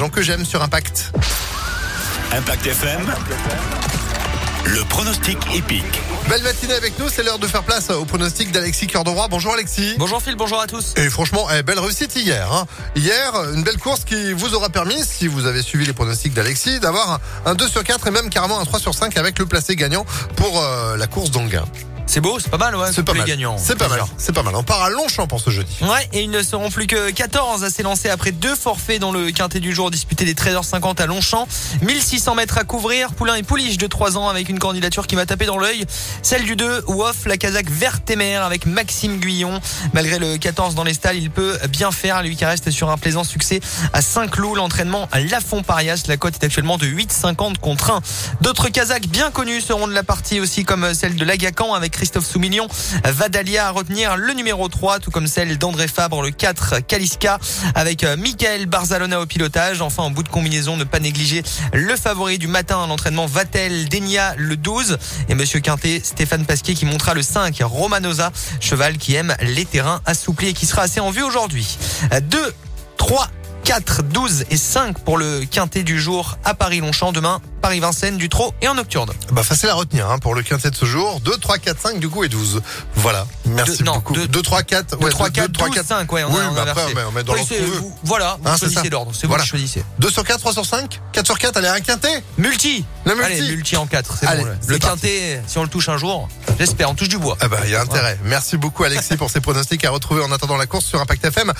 Gens que j'aime sur Impact. Impact FM, le pronostic épique. Belle matinée avec nous, c'est l'heure de faire place au pronostic d'Alexis Cœur de Roi. Bonjour Alexis. Bonjour Phil, bonjour à tous. Et franchement, eh, belle réussite hier. hein. Hier, une belle course qui vous aura permis, si vous avez suivi les pronostics d'Alexis, d'avoir un 2 sur 4 et même carrément un 3 sur 5 avec le placé gagnant pour euh, la course d'Anguin. C'est beau, c'est pas mal, ouais. C'est pas couplet mal. gagnant. C'est pas mal. C'est pas mal. On part à Longchamp pour ce jeudi. Ouais, et ils ne seront plus que 14 à s'élancer après deux forfaits dans le quintet du jour disputé des 13h50 à Longchamp. 1600 mètres à couvrir, Poulain et Pouliche de 3 ans avec une candidature qui m'a tapé dans l'œil. Celle du 2, Woff, la Kazakh verte et mer avec Maxime Guyon. Malgré le 14 dans les stalles, il peut bien faire, lui qui reste sur un plaisant succès à Saint-Cloud. L'entraînement à Lafont-Parias, la cote est actuellement de 8,50 contre 1. D'autres Kazakhs bien connus seront de la partie aussi comme celle de Lagacan avec Christophe Soumignon, Vadalia à retenir le numéro 3, tout comme celle d'André Fabre, le 4, Kaliska, avec euh, Michael Barzalona au pilotage. Enfin, en bout de combinaison, ne pas négliger le favori du matin à l'entraînement Vatel, Denia, le 12, et Monsieur Quintet, Stéphane Pasquier qui montera le 5, Romanosa, cheval qui aime les terrains assouplis et qui sera assez en vue aujourd'hui. Euh, 2, 3, 4, 12 et 5 pour le quintet du jour à Paris-Longchamp. Demain, Paris-Vincennes, Dutro et en nocturne. Bah, facile à retenir hein, pour le quintet de ce jour. 2, 3, 4, 5, du coup, et 12. Voilà. Merci Deux- non, beaucoup. deux- 2, 3, 4. Deux, trois, quatre, douze, cinq, ouais, on Oui, a- on a bah, après, inversé. on met dans Oui, l'ordre c'est- qu'on veut. vous- Voilà, vous Hein, c'est ça. choisissez l'ordre, c'est Voilà. vous qui choisissez. 2 sur 4, 3 sur 5 4 sur 4, elle est à un quintet Multi Le multi. Allez, multi en 4, c'est Allez, bon. là. c'est Le parti. quintet, si on le touche un jour, j'espère, on touche du bois. Ah bah, il y a intérêt. Merci beaucoup Alexis pour ces pronostics à retrouver en attendant la course sur Impact FM.